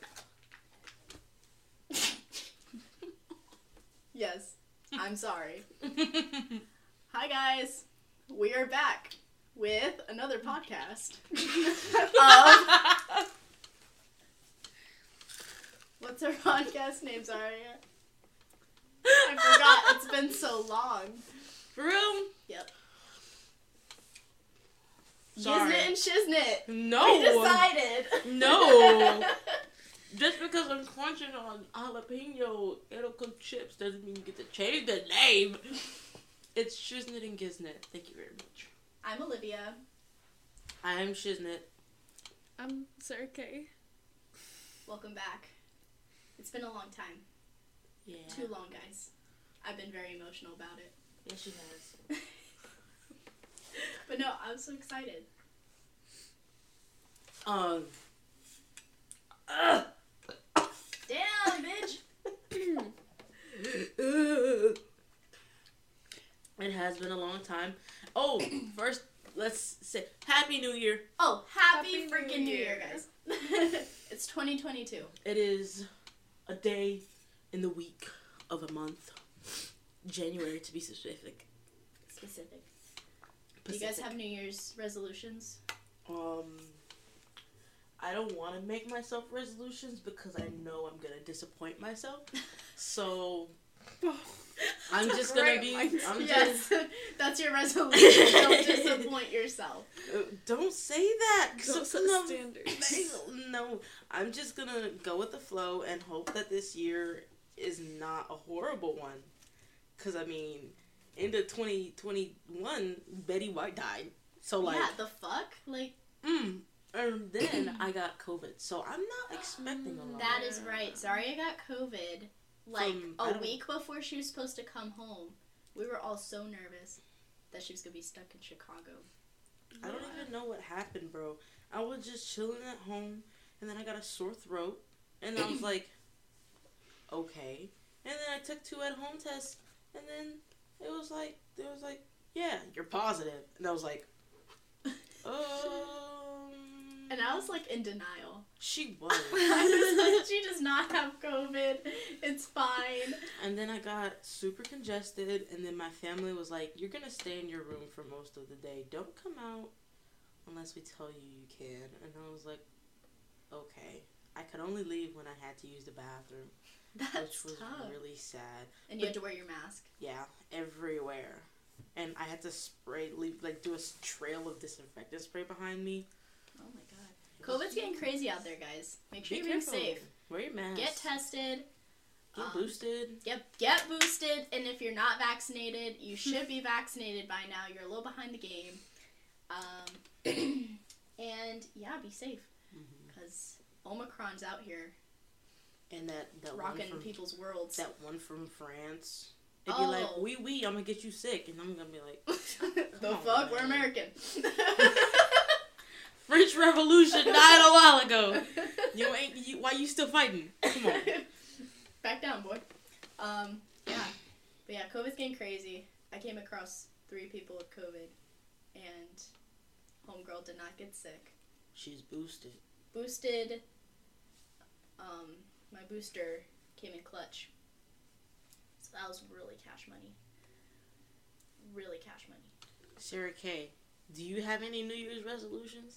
sorry. Hi guys, we are back with another podcast of what's our podcast name? Sorry, I forgot. It's been so long. Room? Yep. Sorry. Yiznit and shiznit. No. We decided. No. Just because I'm crunching on jalapeno Edico chips doesn't mean you get to change the name. It's Shiznit and Giznit. Thank you very much. I'm Olivia. I am Shiznit. I'm Sergey. Welcome back. It's been a long time. Yeah. Too long, guys. I've been very emotional about it. Yes, she has. But no, I'm so excited. Um. Ugh. Damn, bitch! Ugh. It has been a long time. Oh, first, let's say Happy New Year. Oh, happy, Happy freaking New New Year, Year. guys. it's 2022. It is a day in the week of a month. January, to be specific. Specific. Do you guys Pacific. have New Year's resolutions? Um, I don't want to make myself resolutions because I know I'm gonna disappoint myself. So I'm That's a just gonna great be. mindset. I'm yes, that's your resolution. Don't disappoint yourself. just. uh, Don't say that. 'cause Don't I'm set gonna- standards. No, I'm just gonna go with the flow and hope that this year is not a horrible one. Cause I mean, end of 2021, Betty White died. So like, yeah, the fuck? Like, mm, and then I got COVID. So I'm not expecting a lot. that is right. Sorry I got COVID like From- I a don't- week before she was supposed to come home. We were all so nervous that she was going to be stuck in Chicago. I don't even know what happened, bro. I was just chilling at home, and then I got a sore throat, and I was like, okay. And then I took two at home tests, and then it was like, it was like, yeah, you're positive, and I was like, um. And I was like in denial. she was. I was like, she does not have COVID. It's fine. and then I got super congested, and then my family was like, you're gonna stay in your room for most of the day. Don't come out unless we tell you you can. And I was like, okay. I could only leave when I had to use the bathroom, That's which was tough. really sad. And you had to wear your mask. Yeah, everywhere. And I had to spray, leave, like, do a s- trail of disinfectant spray behind me. Oh my god. COVID's getting crazy out there, guys. Make sure Be you're being careful. safe. Wear your mask. Get tested. Get um, boosted. Yep, get boosted. And if you're not vaccinated, you should be vaccinated by now. You're a little behind the game. Um, and yeah, be safe Mm-hmm. because Omicron's out here And that, that one rocking from, people's worlds. that one from France. It'd be like, Oh. wee wee, I'm gonna get you sick. And I'm gonna be like, the on, fuck? We're man. American. French Revolution died a while ago. You ain't, you, why you still fighting? Come on. Back down, boy. Um, yeah. But yeah, COVID's getting crazy. I came across three people with COVID, and homegirl did not get sick. She's boosted. Boosted, um, my booster came in clutch. So that was really cash money. Really cash money. Sarah K, do you have any New Year's resolutions?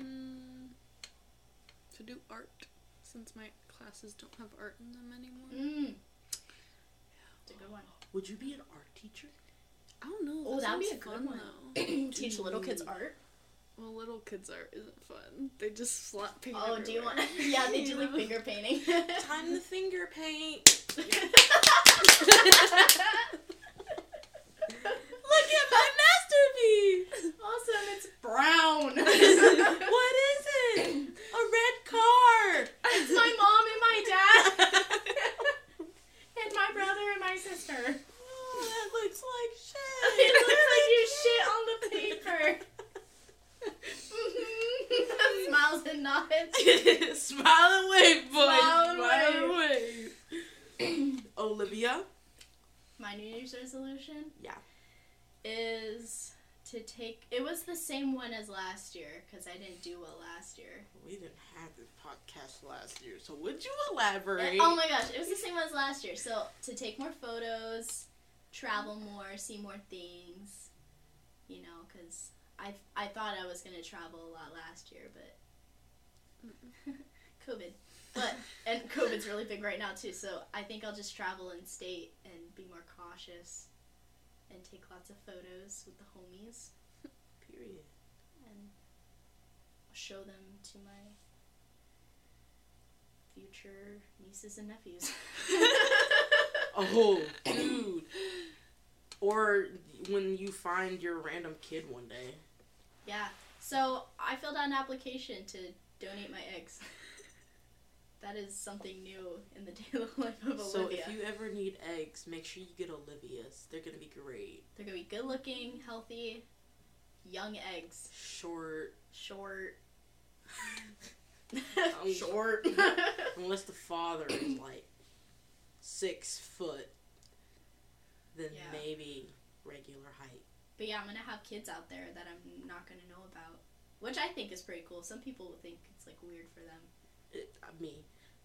Mm, to do art, since my classes don't have art in them anymore. Mm. It's a good one. Would you be an art teacher? I don't know. Oh, that'd be sounds a good one. Though. Teach little kids art. Well, little kids art isn't fun. They just slap paint. Oh, do you want? everywhere. Yeah, they do like You finger know? painting. Time to finger paint. Look at my masterpiece. Awesome, it's brown. what is it? A red car. It's my mom and my dad and my brother and my sister. Oh, that looks like shit. It looks like you shit on the paper. Mhm. Smiles and nods. Smile and wave, boy. Smile and wave. Olivia. My New Year's resolution Yeah. is to take. It was the same one as last year because I didn't do well last year. We didn't have this podcast last year, so would you elaborate? Oh my gosh, it was the same as last year. So to take more photos, travel more, see more things, you know, because I I thought I was gonna travel a lot last year, but COVID, but and COVID's really big right now too. So I think I'll just travel and state and be more cautious, and take lots of photos with the homies Period. and show them to my future nieces and nephews. Oh, dude. Or when you find your random kid one day. Yeah. So I filled out an application to donate my eggs. that is something new in the daily life of So Olivia. if you ever need eggs, make sure you get Olivia's. They're gonna be great. They're gonna be good looking, healthy, young eggs. Short, Short. Um, Short. unless the father is like six foot, then Yeah. maybe regular height. But yeah, I'm gonna have kids out there that I'm not gonna know about, which I think is pretty cool. Some people would think it's like weird for them. It, I mean,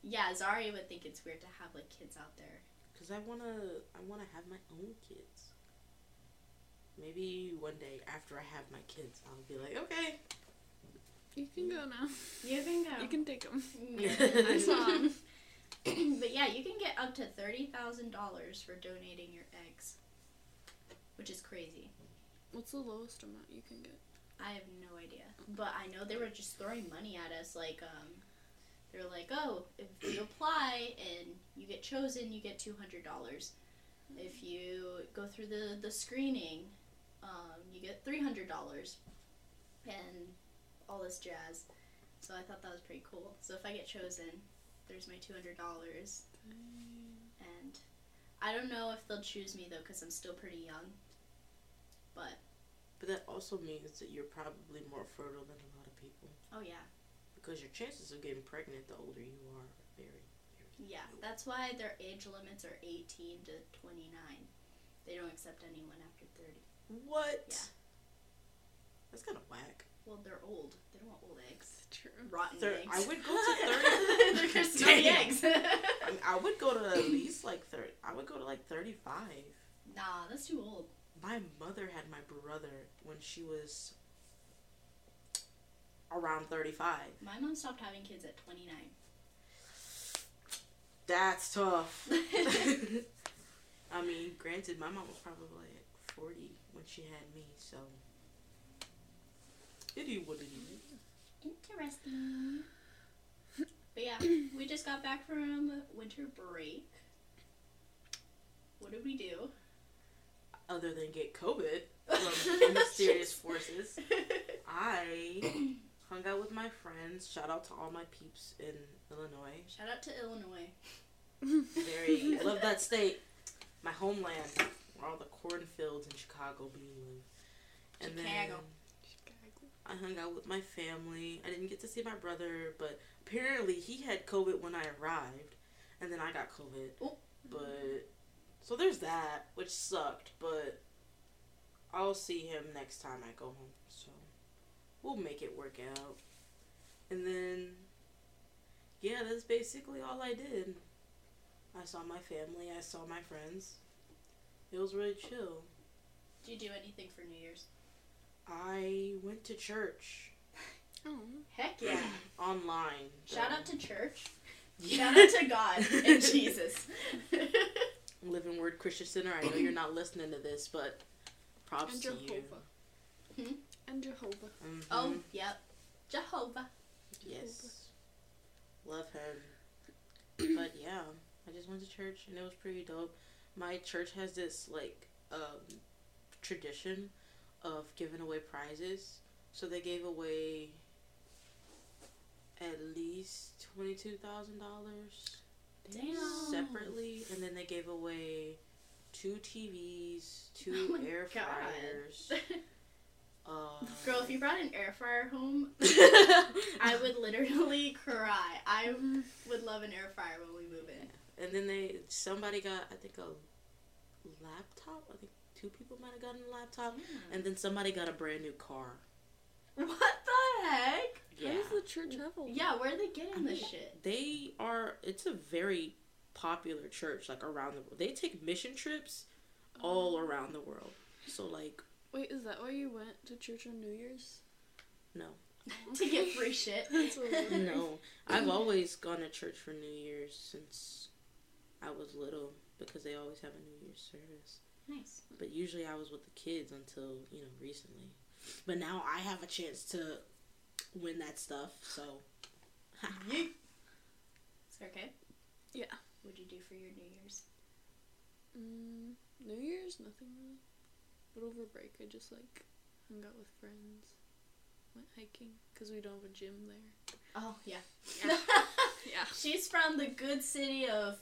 Yeah, Zarya would think it's weird to have like kids out there. cause I wanna, I wanna have my own kids. Maybe one day after I have my kids, I'll be like, okay, You can go now. You can go. You can take them. I saw. but yeah, you can get up to thirty thousand dollars for donating your eggs, which is crazy. What's the lowest amount you can get? I have no idea, but I know they were just throwing money at us. Like, um, they were like, "Oh, if you apply and you get chosen, you get two hundred dollars. If you go through the the screening, um, you get three hundred dollars, and all this jazz." So I thought that was pretty cool. So if I get chosen, there's my two hundred dollars, Mm. and I don't know if they'll choose me though, because I'm still pretty young. But but that also means that you're probably more fertile than a lot of people oh yeah. because your chances of getting pregnant the older you are are very, very. Yeah, that's why their age limits are 18 to 29. They don't accept anyone after 30. What? Yeah. That's kind of whack. Well, they're old. They don't want old eggs. True. Rotten Thir- eggs. I would go to they're 30. just dirty Damn. eggs. I, mean, I would go to at least like thirty. I would go to like thirty-five. nah, that's too old. My mother had my brother when she was around thirty-five. My mom stopped having kids at 29. That's tough. I mean, granted, my mom was probably like forty when she had me, so it is what it is. Interesting. But yeah, we just got back from winter break. What did we do? Other than get COVID from mysterious forces. I hung out with my friends. Shout out to all my peeps in Illinois. Shout out to Illinois. Very love that state, my homeland, where all the cornfields in Chicago be live. And Chicago. then I hung out with my family. I didn't get to see my brother, but apparently he had COVID when I arrived, and then I got COVID. Oh. But so there's that, which sucked. But I'll see him next time I go home. So we'll make it work out. And then, yeah, that's basically all I did. I saw my family. I saw my friends. It was really chill. Did you do anything for New Year's? I went to church Oh. Heck yeah. online. Shout though. out to church. Yeah. Shout out to God and Jesus. Living Word Christian Center. I know you're not listening to this, but props And to you. Jehovah. Hmm? And Jehovah. Mhm. oh, yep. Jehovah. Yes. Love him. but yeah, I just went to church and it was pretty dope. My church has this like um tradition of giving away prizes. So they gave away at least twenty two thousand dollars Damn. separately and then they gave away two TVs, Oh two my air God. fryers. Uh, Girl, if you brought an air fryer home, I would literally cry. I would love an air fryer when we move in. And then they somebody got I think a laptop, I think two people might have gotten a laptop, and then somebody got a brand new car. What the heck? How does the church have all Yeah, where are they I getting this mean, shit? They are. It's a very popular church, like around the world. They take mission trips all around the world. So like, Wait, is that why you went to church on New Year's? no, to get free shit. That's what I no. I've always gone to church for New Year's since I was little because they always have a New Year's service. Nice. But usually I was with the kids until you know recently. But now I have a chance to win that stuff. So Is that okay? Yeah. What'd you do for your New Year's? Mm, New Year's, nothing really. But over break, I just like hung out with friends, went hiking because we don't have a gym there. Oh yeah. Yeah. Yeah. She's from the good city of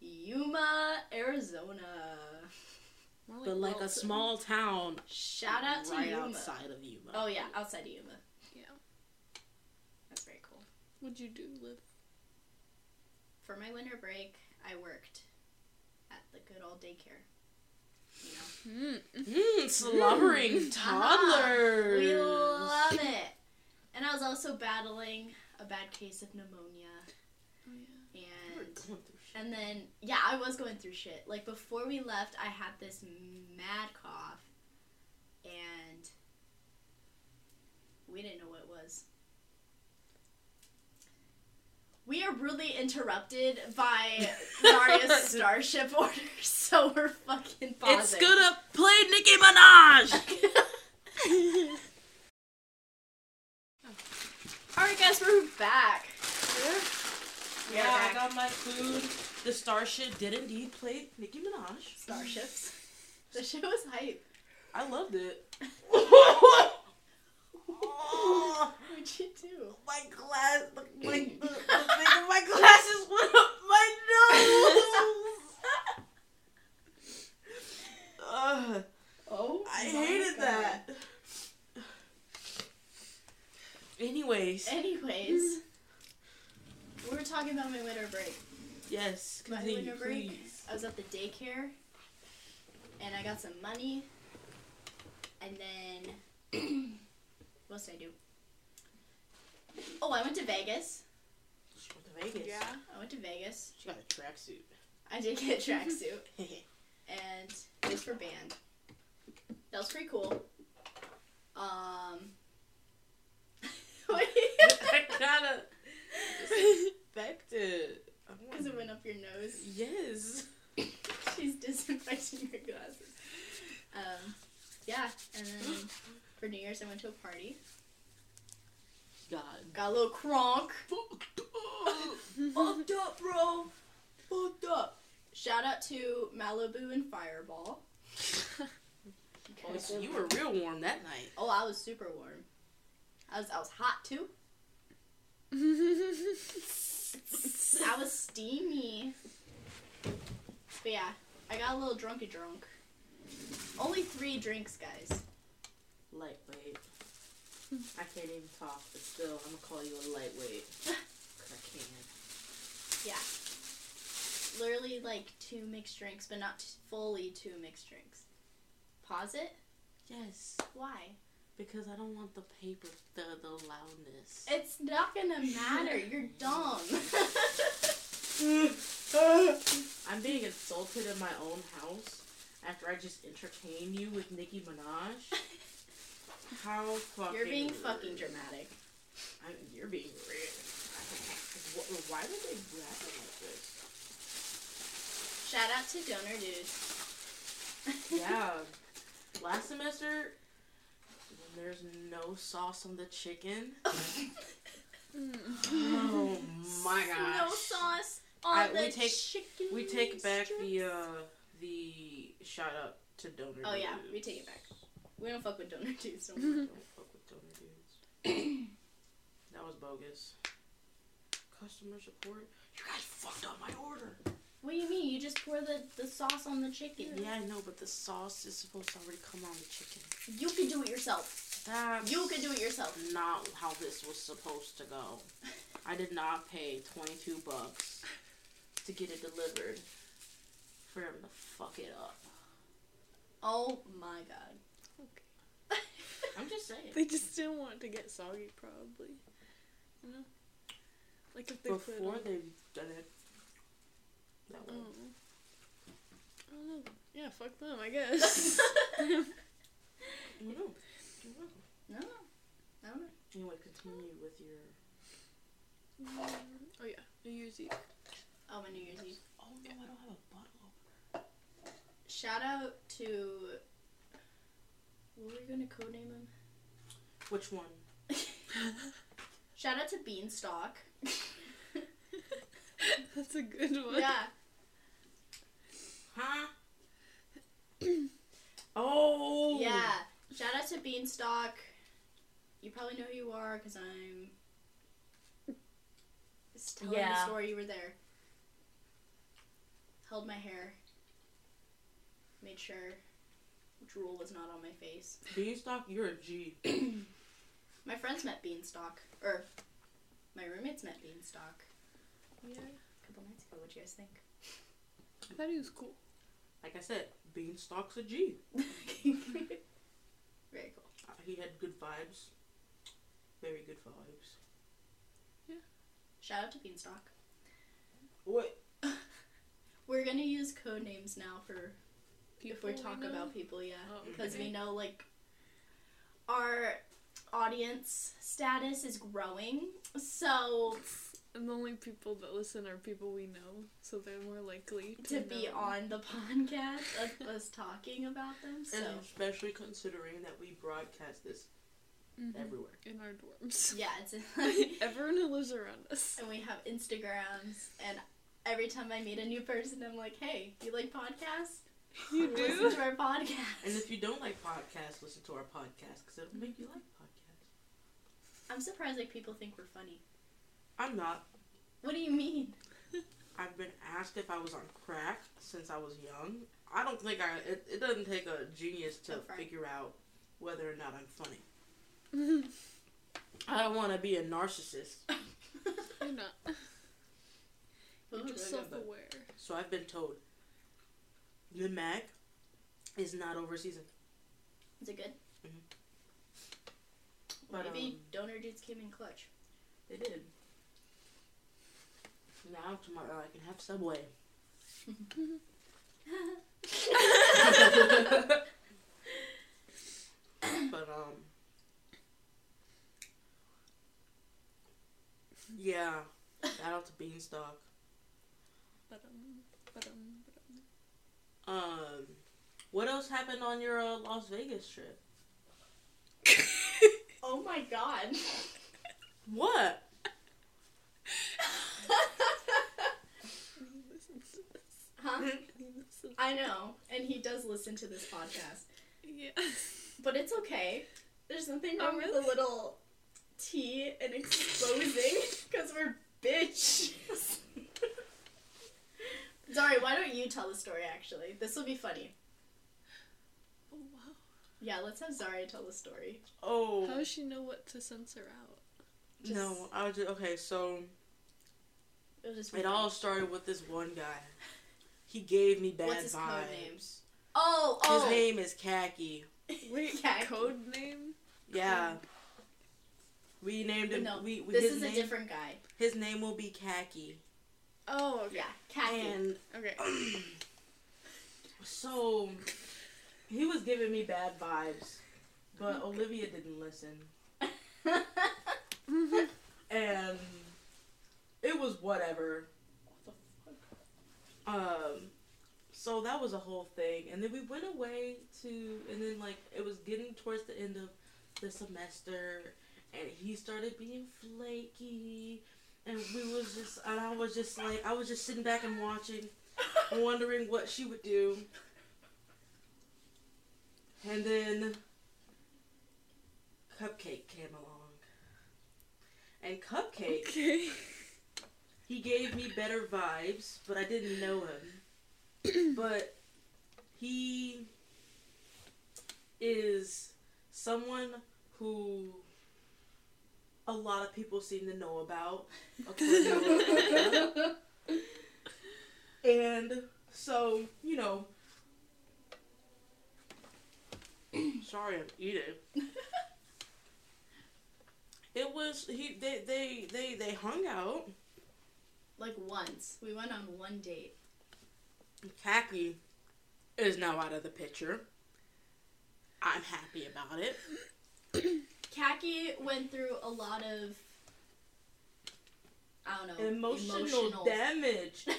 Yuma, Arizona. More but like a Dalton. small town oh, Shout out to right Yuma. outside of Yuma. Oh yeah, outside of Yuma. Yeah. That's very cool. Would you do live? For my winter break, I worked at the good old daycare. You know. Mm. Mm, slobbering toddlers. Hmm. Uh-huh. We love it. And I was also battling a bad case of pneumonia Oh yeah. We're going and through shit. and then yeah, I was going through shit. Like before we left, I had this mad cough and we didn't know what it was. We are really interrupted by Maria's starship order, so we're fucking pausing. It's gonna play Nicki Minaj. All right, guys, we're back. We are yeah, I back. got my food. The starship did indeed play Nicki Minaj. Starships. The shit was hype. I loved it. Oh, What'd you do? my glass, the, like the, the thing of my glasses went up my nose. Ugh, Oh, I my hated God. that. Anyways, Anyways, we were talking about my winter break. yes, My continue, winter break. please. I was at the daycare, and I got some money, and then what else did I do? Oh, I went to Vegas. She went to Vegas. I went to Vegas. She got a tracksuit. I did get a tracksuit, and it was for band. That was pretty cool. Um. I gotta disinfected. Because it went up your nose. Yes. She's disinfecting your glasses. Um, yeah, and then for New Year's I went to a party. God. Got a little cronk. Fucked up. Fucked up, bro. Fucked up. Shout out to Malibu and Fireball. Oh, so you were real warm that night. Oh, I was super warm. I was I was hot too. I was steamy. But yeah, I got a little drunky drunk. Only three drinks, guys. Lightweight. I can't even talk, but still, I'm gonna call you a lightweight. 'Cause I can. Literally like two mixed drinks, but not t- fully two mixed drinks. Pause it. Yes, Why? because I don't want the paper, the the loudness. It's not gonna matter. You're dumb. I'm being insulted in my own house after I just entertain you with Nicki Minaj. How fucking You're being rude. fucking dramatic. I mean, you're being rude. Wh- Why would they rap it like this? Shout out to Donor Dudes. Yeah. Last semester, when there's no sauce on the chicken. Oh my No gosh. sauce on I- the we take- chicken. We take back strips. the uh the shout out to donor. Oh yeah, dudes. we take it back. We don't fuck with Donor Dudes. Don't I worry. Don't fuck with donor dudes. that was bogus. Customer support. You guys fucked up my order. what do you mean? You just pour the, the sauce on the chicken. Yeah, I know, but the sauce is supposed to already come on the chicken. You can do it yourself. That's You can do it yourself. not how this was supposed to go. I did not pay 22 bucks to get it delivered for them to fuck it up. Oh my god. Okay. I'm just saying. They just didn't want to get soggy, probably. You know, like if they put Before on- they've done it that way. Oh. I don't know. Yeah, fuck them, I guess. You know. You know. no, I don't know. Anyway, continue with your. Mm, oh yeah, New Year's Eve. Oh, my New Year's Eve. Oh no, I don't have a bottle. Shout out to. What were we gonna codename him? Which one? Shout out to Beanstalk. That's a good one. yeah. Huh? oh. Yeah. Shout out to Beanstalk. You probably know who you are because I'm just telling Yeah. the story. You were there. Held my hair. Made sure drool was not on my face. Beanstalk, you're a G. My friends met Beanstalk. Or my roommates met Beanstalk Yeah. a couple nights ago. What do you guys I thought he was cool. Like I said, Beanstalk's a G. think? Very cool. Uh, He had good vibes. Very good vibes. Shout out to Beanstalk. What? We're gonna use code names now for if we People talk know. about people, yeah. Oh, because okay. we know like our audience status is growing. So And the only people that listen are people we know, so they're more likely to to, be know. on the podcast of us talking about them, so And especially considering that we broadcast this Mhm. everywhere. in our dorms. yeah, it's and Everyone who lives around us. we have Instagrams and every time I meet a new person, I'm like, hey, you like podcasts? You Listen do. to our And podcast. if you don't like podcasts, listen to our podcast because it'll make you like podcasts. I'm surprised like people think we're funny. I'm not. What do you mean? I've been asked if I was on crack since I was young. I don't think I. It, it doesn't take a genius to Oh, Frank. figure out whether or not I'm funny. I don't want to be a narcissist, You're not. Ooh, You're just there we go. self-aware. so I've been told the Mac is not over season. Is it good? Mhm. But, But, Maybe um, donor dudes came in clutch. They did. Now tomorrow I can have Subway. but um, yeah. Shout out to Beanstalk. Ba-dum, ba-dum, ba-dum. Um, what else happened on your uh, Las Vegas trip? oh my god. What? He listens to this. huh? He listens- I know, and he does listen to this podcast, Yeah. but it's okay. There's nothing Oh, wrong with really? a little tea and exposing because we're bitches. Sorry, why don't you tell the story? Actually, this will be funny. Oh wow. Yeah, let's have Zarya tell the story. Oh How does she know what to censor out? no! I was just, okay. So It'll just be it fun. all started with this one guy. He gave me bad What's his vibes. code name? Oh, oh. His name is Khaki. Wait, Yeah. code name? Yeah. We named him. No, we, we, this his is name, a different guy. His name will be Khaki. Oh, okay. Yeah, Khaki. And Okay. so he was giving me bad vibes, but Olivia didn't listen, Mhm. and it was whatever. Um, so that was a whole thing, and then we went away to, and then like it was getting towards the end of the semester, and he started being flaky, and we was just, and I was just like, I was just sitting back and watching, wondering what she would do, and then Cupcake came along, and Cupcake okay. he gave me better vibes, but I didn't know him. but he is someone who a lot of people seem to know about. according to Wikipedia. and so, you know, Sorry, I'm eating. It was he. They they they they hung out. like once. We went on one date. Khaki is now out of the picture. I'm happy about it. Khaki went through a lot of I don't know Emotional, damage.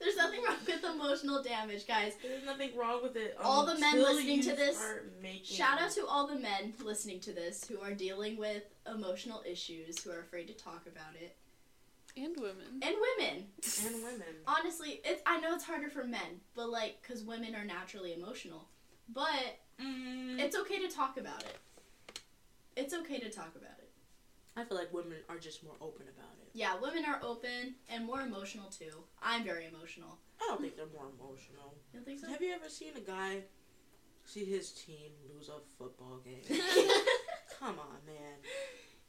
There's nothing wrong with emotional damage, guys. There's nothing wrong with it. All the men until listening to you this, start making- Shout out to all the men listening to this who are dealing with emotional issues, who are afraid to talk about it, And women. and women. and women. Honestly, it's I know it's harder for men, but like because women are naturally emotional, but Mm, it's okay to talk about it. It's okay to talk about it. I feel like women are just more open about it. Yeah, women are open and more emotional too. I'm very emotional. I don't think they're more emotional. You don't think so? Have you ever seen a guy see his team lose a football game? Come on, man.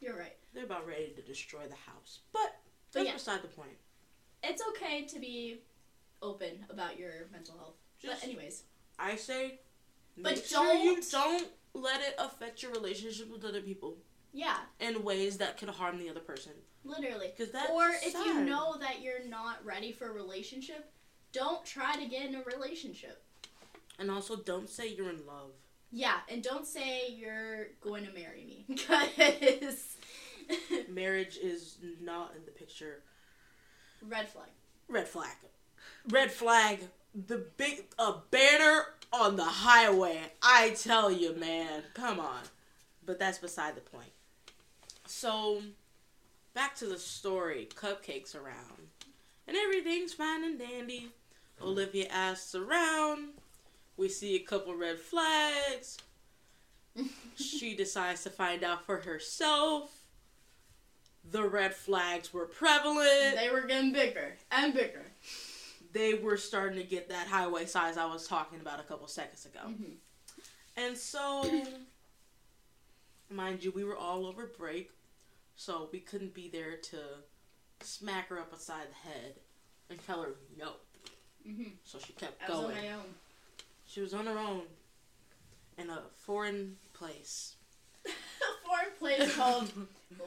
You're right. They're about ready to destroy the house. But But that's yeah. beside the point. It's okay to be open about your mental health. Just, but anyways, I say, But make sure you don't- don't let it affect your relationship with other people yeah, in ways that could harm the other person. literally. Because that's or if you sad. know that you're not ready for a relationship, don't try to get in a relationship. and also don't say you're in love. Yeah, and don't say you're going to marry me because Marriage is not in the picture. red flag. Red flag. Red flag. The big a banner on the highway. I tell you, man. Come on. But that's beside the point. So back to the story. Cupcakes around. And everything's fine and dandy. Olivia asks around. We see a couple red flags. she decides to find out for herself. The red flags were prevalent They were getting bigger and bigger. they were starting to get that highway size I was talking about a couple seconds ago. Mhm. And so, mind you, we were all over break, so we couldn't be there to smack her up upside the head and tell her no. Mhm. So she kept I was on going. my own. She was on her own in a foreign place. A foreign place called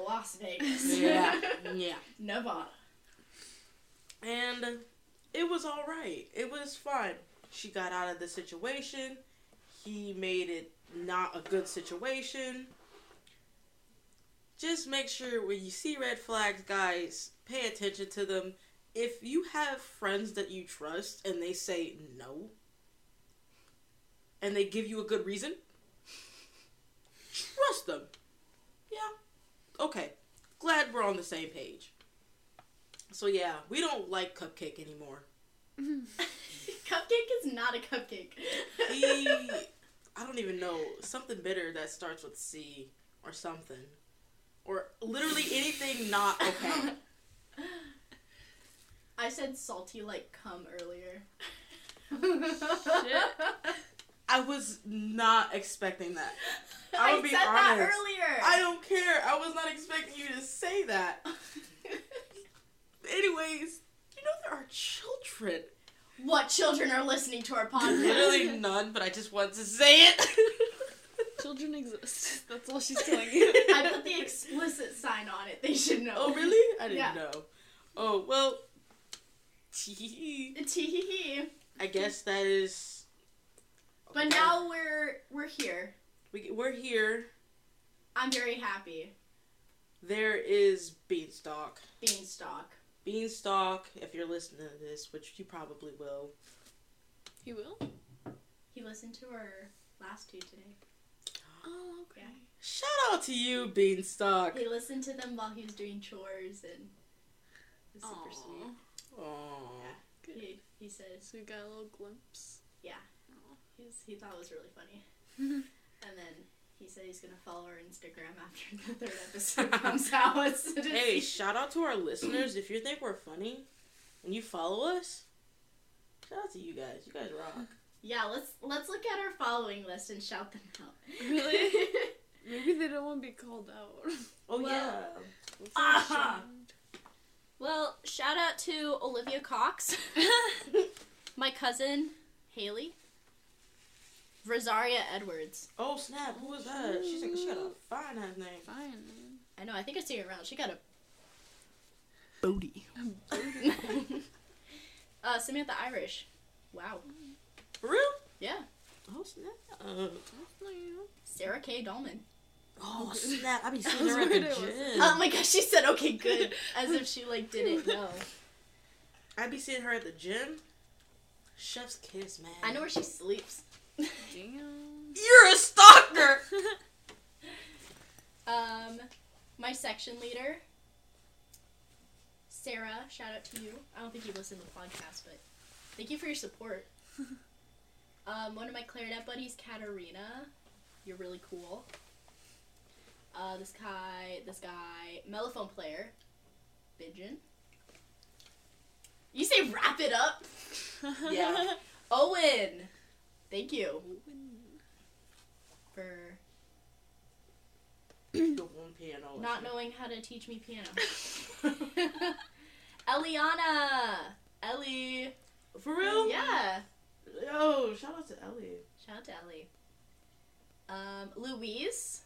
Las Vegas, yeah, yeah. Nevada. And it was all right. It was fun. She got out of the situation. He made it not a good situation. Just make sure when you see red flags, guys, pay attention to them. If you have friends that you trust and they say no, and they give you a good reason, trust them. Yeah. Okay. Glad we're on the same page. So yeah, we don't like Cupcake anymore. Cupcake is not a cupcake. He, I don't even know something bitter that starts with C or something, or literally anything not okay. I said salty like cum earlier. I was not expecting that. I, I'll be said honest. I that don't care. I was not expecting you to say that. earlier. Anyways, you know there are children. what children are listening to our podcast? Literally none, but I just want to say it. Children exist. That's all she's telling you. I put the explicit sign on it. They should know. oh really? I didn't Yeah. know. Oh well. Tee. Tee-hee-hee. I guess that is. But now we're we're here. we, we're here. I'm very happy. There is Beanstalk. Beanstalk. Beanstalk, if you're listening to this, which you probably will, You will? He listened to our last two today. Oh, okay. shout out to you, Beanstalk. He listened to them while he was doing chores and it was super Aw. Aw. sweet. Good. He, he says So we got a little glimpse. he, was, he thought it was really funny. Mhm. and then he said he's gonna follow our Instagram after the third episode comes out. So to Hey, see- shout out to our listeners. If you think we're funny and you follow us, shout out to you guys. You guys rock. yeah, let's let's look at our following list and shout them out. Really? Maybe they don't want to be called out. Oh, Well, yeah. We'll feel Uh-huh. ashamed. well, shout out to Olivia Cox, my cousin Haley, Rosaria Edwards. Oh snap! Who was that? She's like, she got a fine ass name. Fine, man. I know. I think I see her around. She got a booty. uh, Samantha Irish. Wow. For real? Yeah. Oh snap! That's not you. Sarah K. Dolman. Oh Okay. snap! I be I seeing was her at the worried it was- gym. Oh my gosh, she said okay, good, as if she like didn't know. I be seeing her at the gym. Chef's kiss, man. I know where she sleeps. Damn. You're a stalker. Um, my section leader, Sarah. Shout out to you. I don't think you listen to the podcast, but thank you for your support. um, one of my clarinet buddies, Katarina. You're really cool. Uh, this guy, this guy, mellophone player, Bidgen. You say wrap it up, Yeah. Owen. Thank you Owen. for the one piano. not knowing how to teach me piano. Eliana! Ellie! For real? Yeah! Yo, shout out to Elliot. Shout out to Ellie. Um, Louise?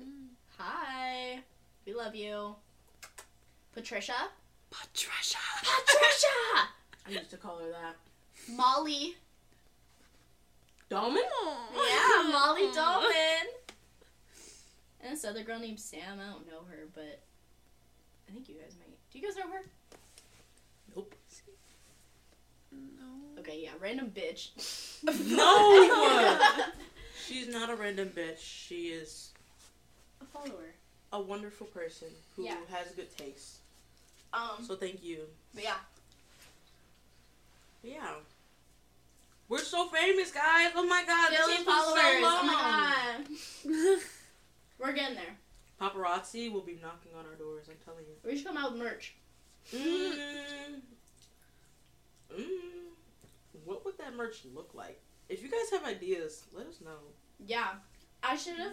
Mm. Hi! We love you. Patricia? Patricia. Patricia! I used to call her that. Molly. Dolman? Yeah, Molly Dolman! And this other girl named Sam. I don't know her, but I think you guys might. Do you guys know her? Nope. No. Okay, yeah, random bitch. No! She's not a random bitch. She is A follower. a wonderful person who Yeah. has good taste. Um, So thank you. but yeah. Yeah. We're so famous, guys. Oh my god, that 15 followers. followers. So Oh long. my god. We're getting there. Paparazzi will be knocking on our doors. I'm telling you. We should come out with merch. Mm. Mm. What would that merch look like? If you guys have ideas, let us know. Yeah. I should have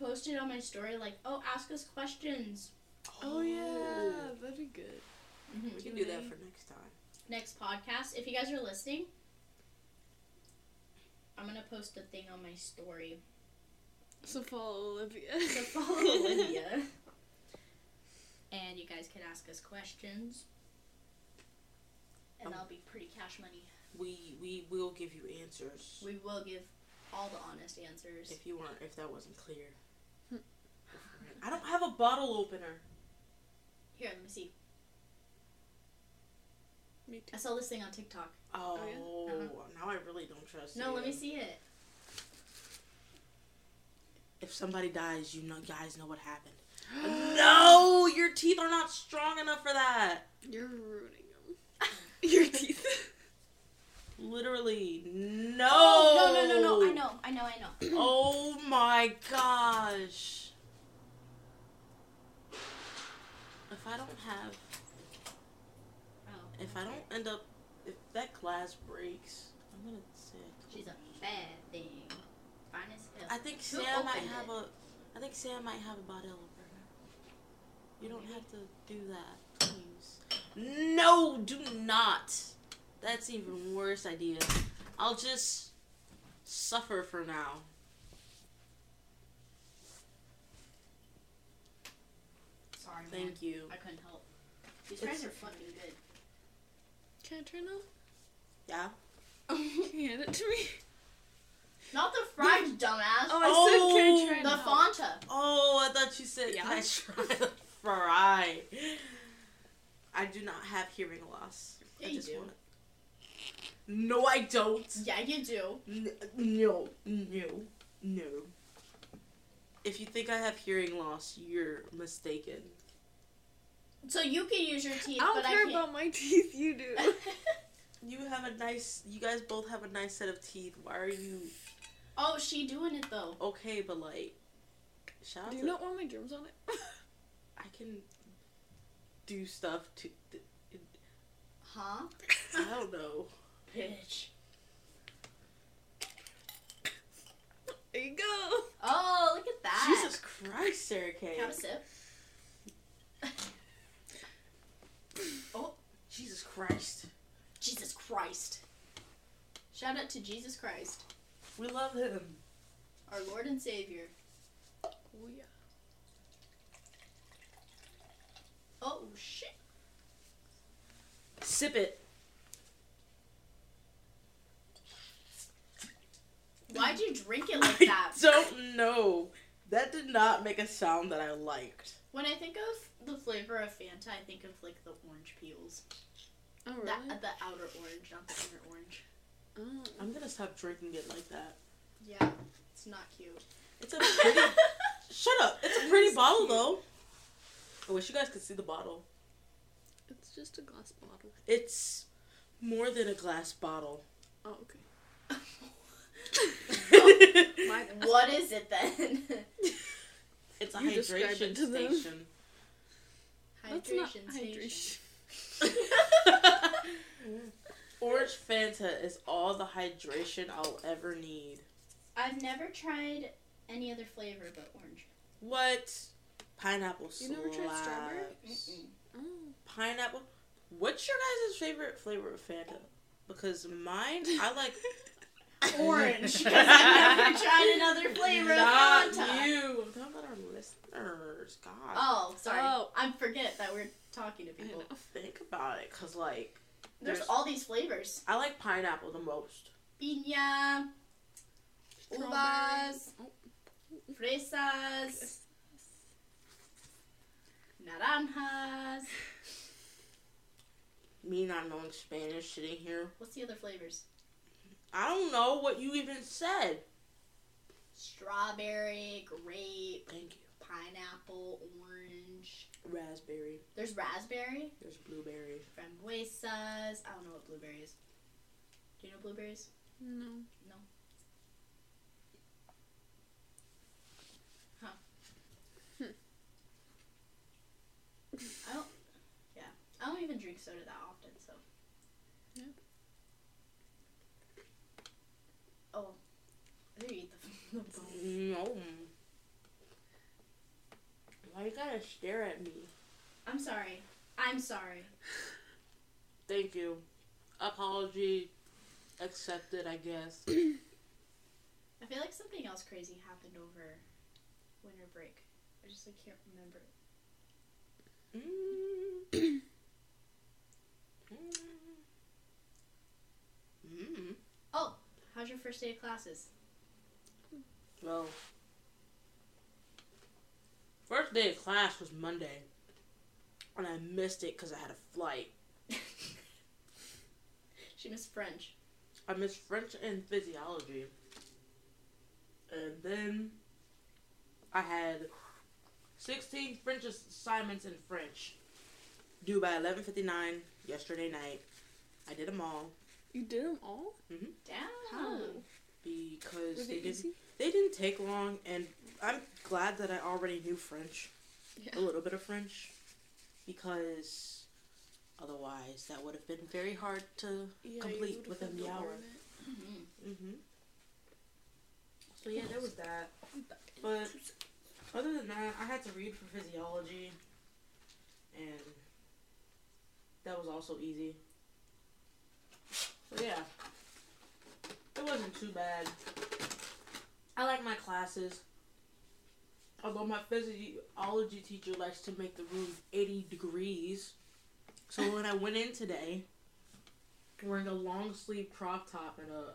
posted on my story, like, oh, ask us questions. Oh yeah, that'd be good. Mm-hmm. We can do that for next time. Next podcast. If you guys are listening, I'm going to post a thing on my story. So follow Olivia. So follow Olivia. And you guys can ask us questions. And Um. that'll be pretty cash money. We we will give you answers We will give all the honest answers. if you weren't if that wasn't clear. Hmm. I don't have a bottle opener. Here, let me see. Me I too. saw this thing on TikTok. Oh, yeah? Uh-huh. now I really don't trust. No, you. let me see it. If somebody dies, you know, guys know what happened. no, your teeth are not strong enough for that. You're ruining them. Your teeth. Literally, no. Oh, no, no, no, no. I know, I know, I know. Oh my gosh. If I don't have, Oh, if I don't end up, if that glass breaks, I'm gonna say. she's a bad thing. Fine as hell. I think Who Sam might opened have it? a. I think Sam might have a bottle opener. You don't have to do that, please. No, do not. That's even worse idea. I'll just suffer for now. Sorry, man. Thank you. I couldn't help. These It's- fries are fucking good. Can I turn off? Yeah. Can you hand it to me? Not the fries, dumbass. Oh, I said can I Oh, turn the it off? Fanta. Oh, I thought you said Yeah. can I try the fry? I do not have hearing loss. Yeah, I you just do. want it. No, I don't. Yeah, you do. N- no, no, no. If you think I have hearing loss, you're mistaken. So you can use your teeth, I don't but care I can't. about my teeth. You do. You have a nice. You guys both have a nice set of teeth. Why are you oh, she doing it though. okay? But like, shout out do you to- not want my germs on it? I can do stuff to. Huh? I don't know. Bitch. there you go. Oh, look at that. Jesus Christ, Sarah Kay. Have a sip. Jesus Christ. Jesus Christ. Shout out to Jesus Christ. We love him. Our Lord and Savior. Oh yeah. Oh shit. Sip it. Why'd you drink it like that? I don't know. That did not make a sound that I liked. When I think of the flavor of Fanta, I think of like the orange peels. Oh The, really? the outer orange, not the inner orange. Oh. I'm gonna stop drinking it like that. Yeah, it's not cute. It's a pretty. shut up. It's a pretty bottle though. I wish you guys could see the bottle. It's just a glass bottle. It's more than a glass bottle. Oh okay. it's what is it then? a You describe it hydration to them. station. That's not Hydration hydration. station. Orange Fanta is all the hydration I'll ever need. I've never tried any other flavor but orange. What? Pineapple You never tried slaps. strawberry? Mm-mm. Oh. Pineapple. What's your guys' favorite flavor of Fanta? Because mine, I like Orange, 'cause I've never tried another flavor Not of Fanta. you. Talk about our listeners. God, Oh, sorry. Oh. I forget that we're talking to I people. know. think about it. Cause like, There's There's- all these flavors. I like pineapple the most. Piña, uvas, Strawberry. fresas, naranjas. Me not knowing Spanish sitting here. What's the other flavors? I don't know what you even said. Strawberry, grape, Thank you. pineapple, orange. Raspberry. There's raspberry, There's blueberry. frambuesas. I don't know what blueberry is. Do you know blueberries? No. No. Huh. Hmm. I don't. Yeah, I don't even drink soda that often. So. Yeah. Oh, I did eat the, the bone. No. Why you gotta stare at me? I'm sorry. I'm sorry. Thank you. Apology accepted, I guess. I feel like something else crazy happened over winter break. I just like can't remember. it. Mm. Mm. Oh, how's your first day of classes? Well, first day of class was Monday, and I missed it because I had a flight. She missed French. I missed French and physiology, and then I had sixteen French assignments in French due by eleven fifty nine yesterday night. I did them all You did them all? Damn. How? because Was they it didn't easy? They didn't take long, and I'm glad that I already knew French, Yeah. a little bit of French, because otherwise that would have been very hard to. Yeah, you complete would've with a had to meow. learn it. Mhm. Mm-hmm. So yeah, there was that. But other than that, I had to read for physiology, and that was also easy. So yeah, it wasn't too bad. I like my classes. Although my physiology teacher likes to make the room 80 degrees. So when I went in today, wearing a long sleeve crop top and a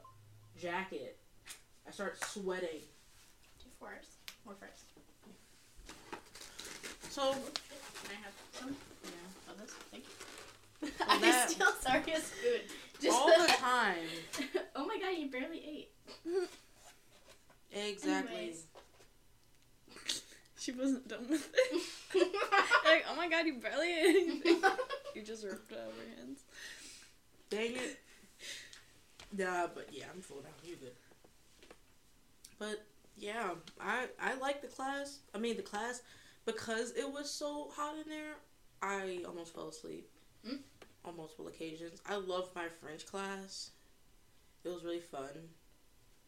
jacket, I start sweating. Two fours. More fours. So Can I have some of this? Thank you. Well, that- I'm still sorry as food. Just all the time. oh my god, you barely ate. Exactly. Anyways. She wasn't done with it. like, oh my god, you barely ate anything. you just ripped it out of her hands. Dang it. Nah, but yeah, I'm full now. You good? But yeah, I I like the class. I mean the class because it was so hot in there. I almost fell asleep Mm. on multiple occasions. I love my French class. It was really fun.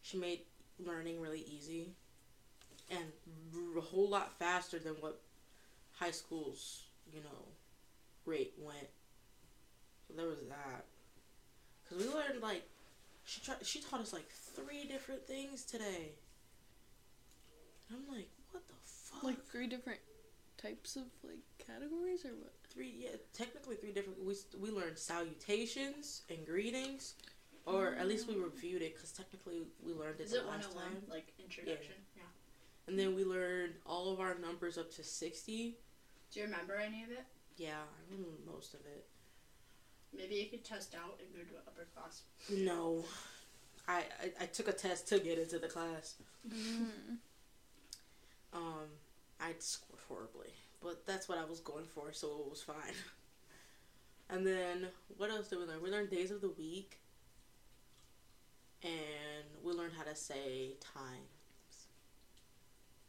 She made learning really easy and r- a whole lot faster than what high school's you know rate went. So there was that. Cause we learned like She tried. She taught us like three different things today. I'm like, what the fuck? Like three different types of like categories or what? three yeah technically three different we, we learned salutations and greetings or at least we reviewed it because technically we learned it Mm. Is the it last 101? time Like introduction? Yeah. and then we learned all of our numbers up to 60 Do you remember any of it? yeah i remember most of it Maybe you could test out and go to an upper class. no I, I i took a test to get into the class Mm. um i scored horribly but that's what i was going for so it was fine and then what else did we learn we learned days of the week and we learned how to say times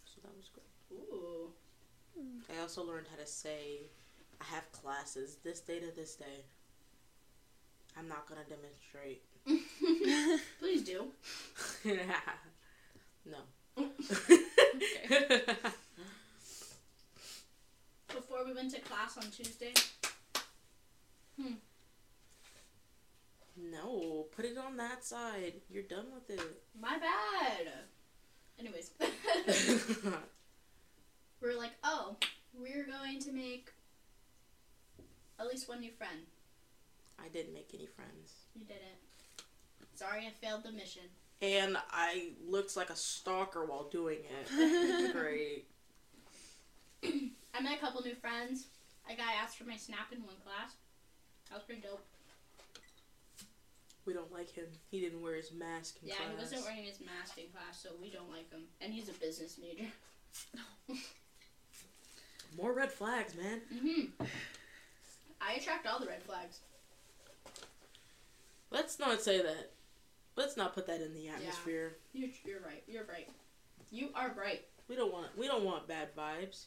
so that was great Ooh. i also learned how to say i have classes this day to this day i'm not gonna demonstrate Please do. no Before we went to class on Tuesday, no put it on that side you're done with it my bad. Anyways, we were like, oh, we're going to make at least one new friend. I didn't make any friends. You didn't. Sorry, I failed the mission. And I looked like a stalker while doing it. Great. I met a couple new friends. A guy asked for my snap in one class. That was pretty dope. We don't like him. He didn't wear his mask in yeah, class. he wasn't wearing his mask in class, so we don't like him. And he's a business major. More red flags, man. hmm I attract all the red flags. Let's not say that. Let's not put that in the atmosphere. You're, you're right. You're right. You are bright. We don't want we don't want bad vibes.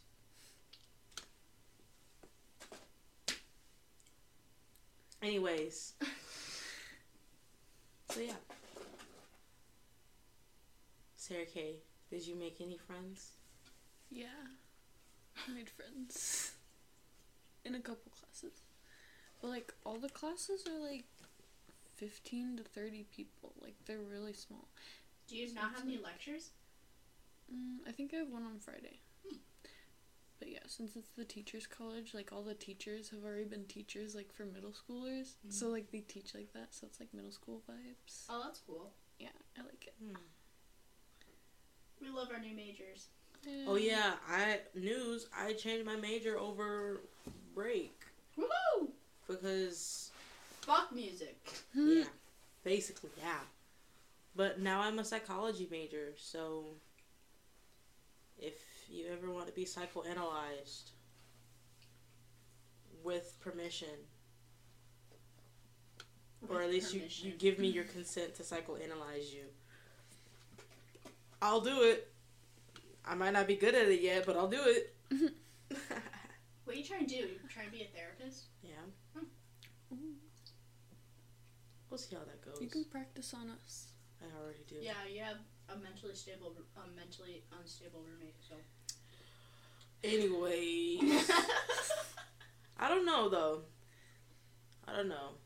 Anyways. so yeah. Sarah Kay, did you make any friends? Yeah. I made friends. In a couple classes. But like all the classes are like fifteen to thirty people. Like they're really small. Do you not have any lectures? Mm, I think I have one on Friday. Hmm. But yeah, since it's the teachers' college, like all the teachers have already been teachers, like for middle schoolers. Hmm. So like they teach like that, so it's like middle school vibes. Oh, that's cool. Yeah, I like it. We love our new majors. Oh yeah, I news. I changed my major over break Woohoo! because Fuck music. Hmm. Mm-hmm. yeah, basically yeah. But now I'm a psychology major, so if you ever want to be psychoanalyzed with permission, or at With least you, you permission. give me your consent to psychoanalyze you, I'll do it. I might not be good at it yet, but I'll do it. What are you trying to do? You trying to be a therapist? yeah. Ooh, We'll see how that goes. you can practice on us. I already do. Yeah, you have a mentally stable, a mentally unstable roommate. So. Anyways, I don't know though. I don't know.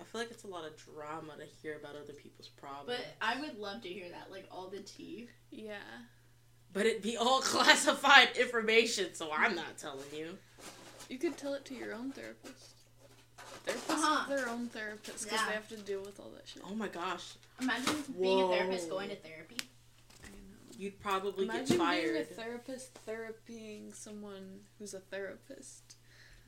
I feel like it's a lot of drama to hear about other people's problems. but I would love to hear that, like all the tea. Yeah. But it be all classified information, so I'm not telling you. You could tell it to your own therapist. Therapists Uh-huh. have their own therapist because Yeah. they have to deal with all that shit. Oh my gosh, Imagine being a therapist Whoa. going to therapy. I know. you'd probably Imagine get being a fired. therapist therapying someone who's a therapist.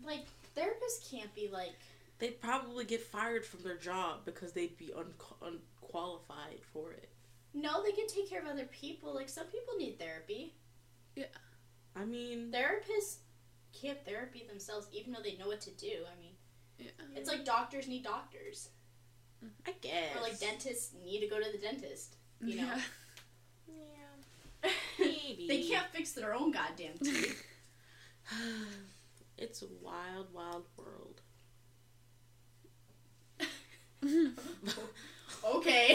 Like therapists can't be like. They'd probably get fired from their job because they'd be unqu- unqualified for it. No, they can take care of other people. Like some people need therapy. I mean, Therapists can't therapy themselves, even though they know what to do. I mean, Yeah. it's like doctors need doctors, I guess. or like dentists need to go to the dentist. You know, Yeah. Yeah, maybe they can't fix their own goddamn teeth. It's a wild, wild world. okay.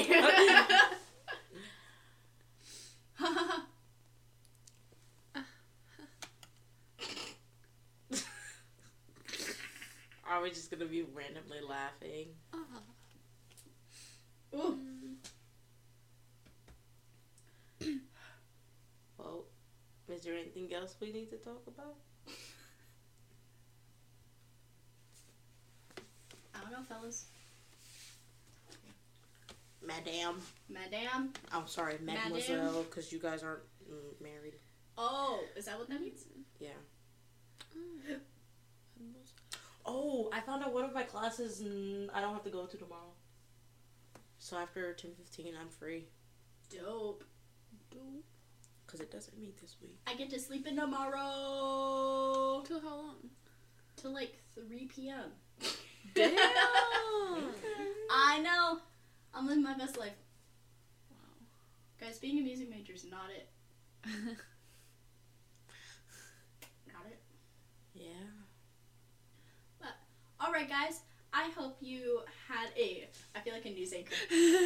Are we just gonna be randomly laughing? Uh-huh. Ah. Ooh, Is there anything else we need to talk about? I don't know, fellas. Madame. Madame. I'm sorry, Madame. mademoiselle, because you guys aren't mm, married. Oh, is that what that means? Yeah. Mm. Oh, I found out one of my classes mm, I don't have to go to tomorrow. So after 10:15, I'm free Dope. Dope. because it doesn't meet this week. I get to sleep in tomorrow Till how long? till like 3 p.m. Damn. I know. I'm living my best life. wow. Guys, being a music major is not it. Not it. Yeah. All right, guys. I hope you had a. I feel like a news anchor.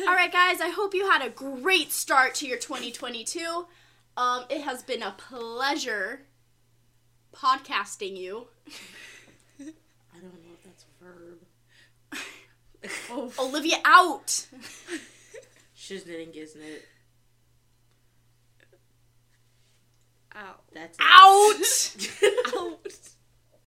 All right, guys. I hope you had a great start to your 2022. Um, it has been a pleasure podcasting you. I don't know if that's a verb. Oh, Olivia out. Shiznit and giznit. ow. That's Out. it. Out.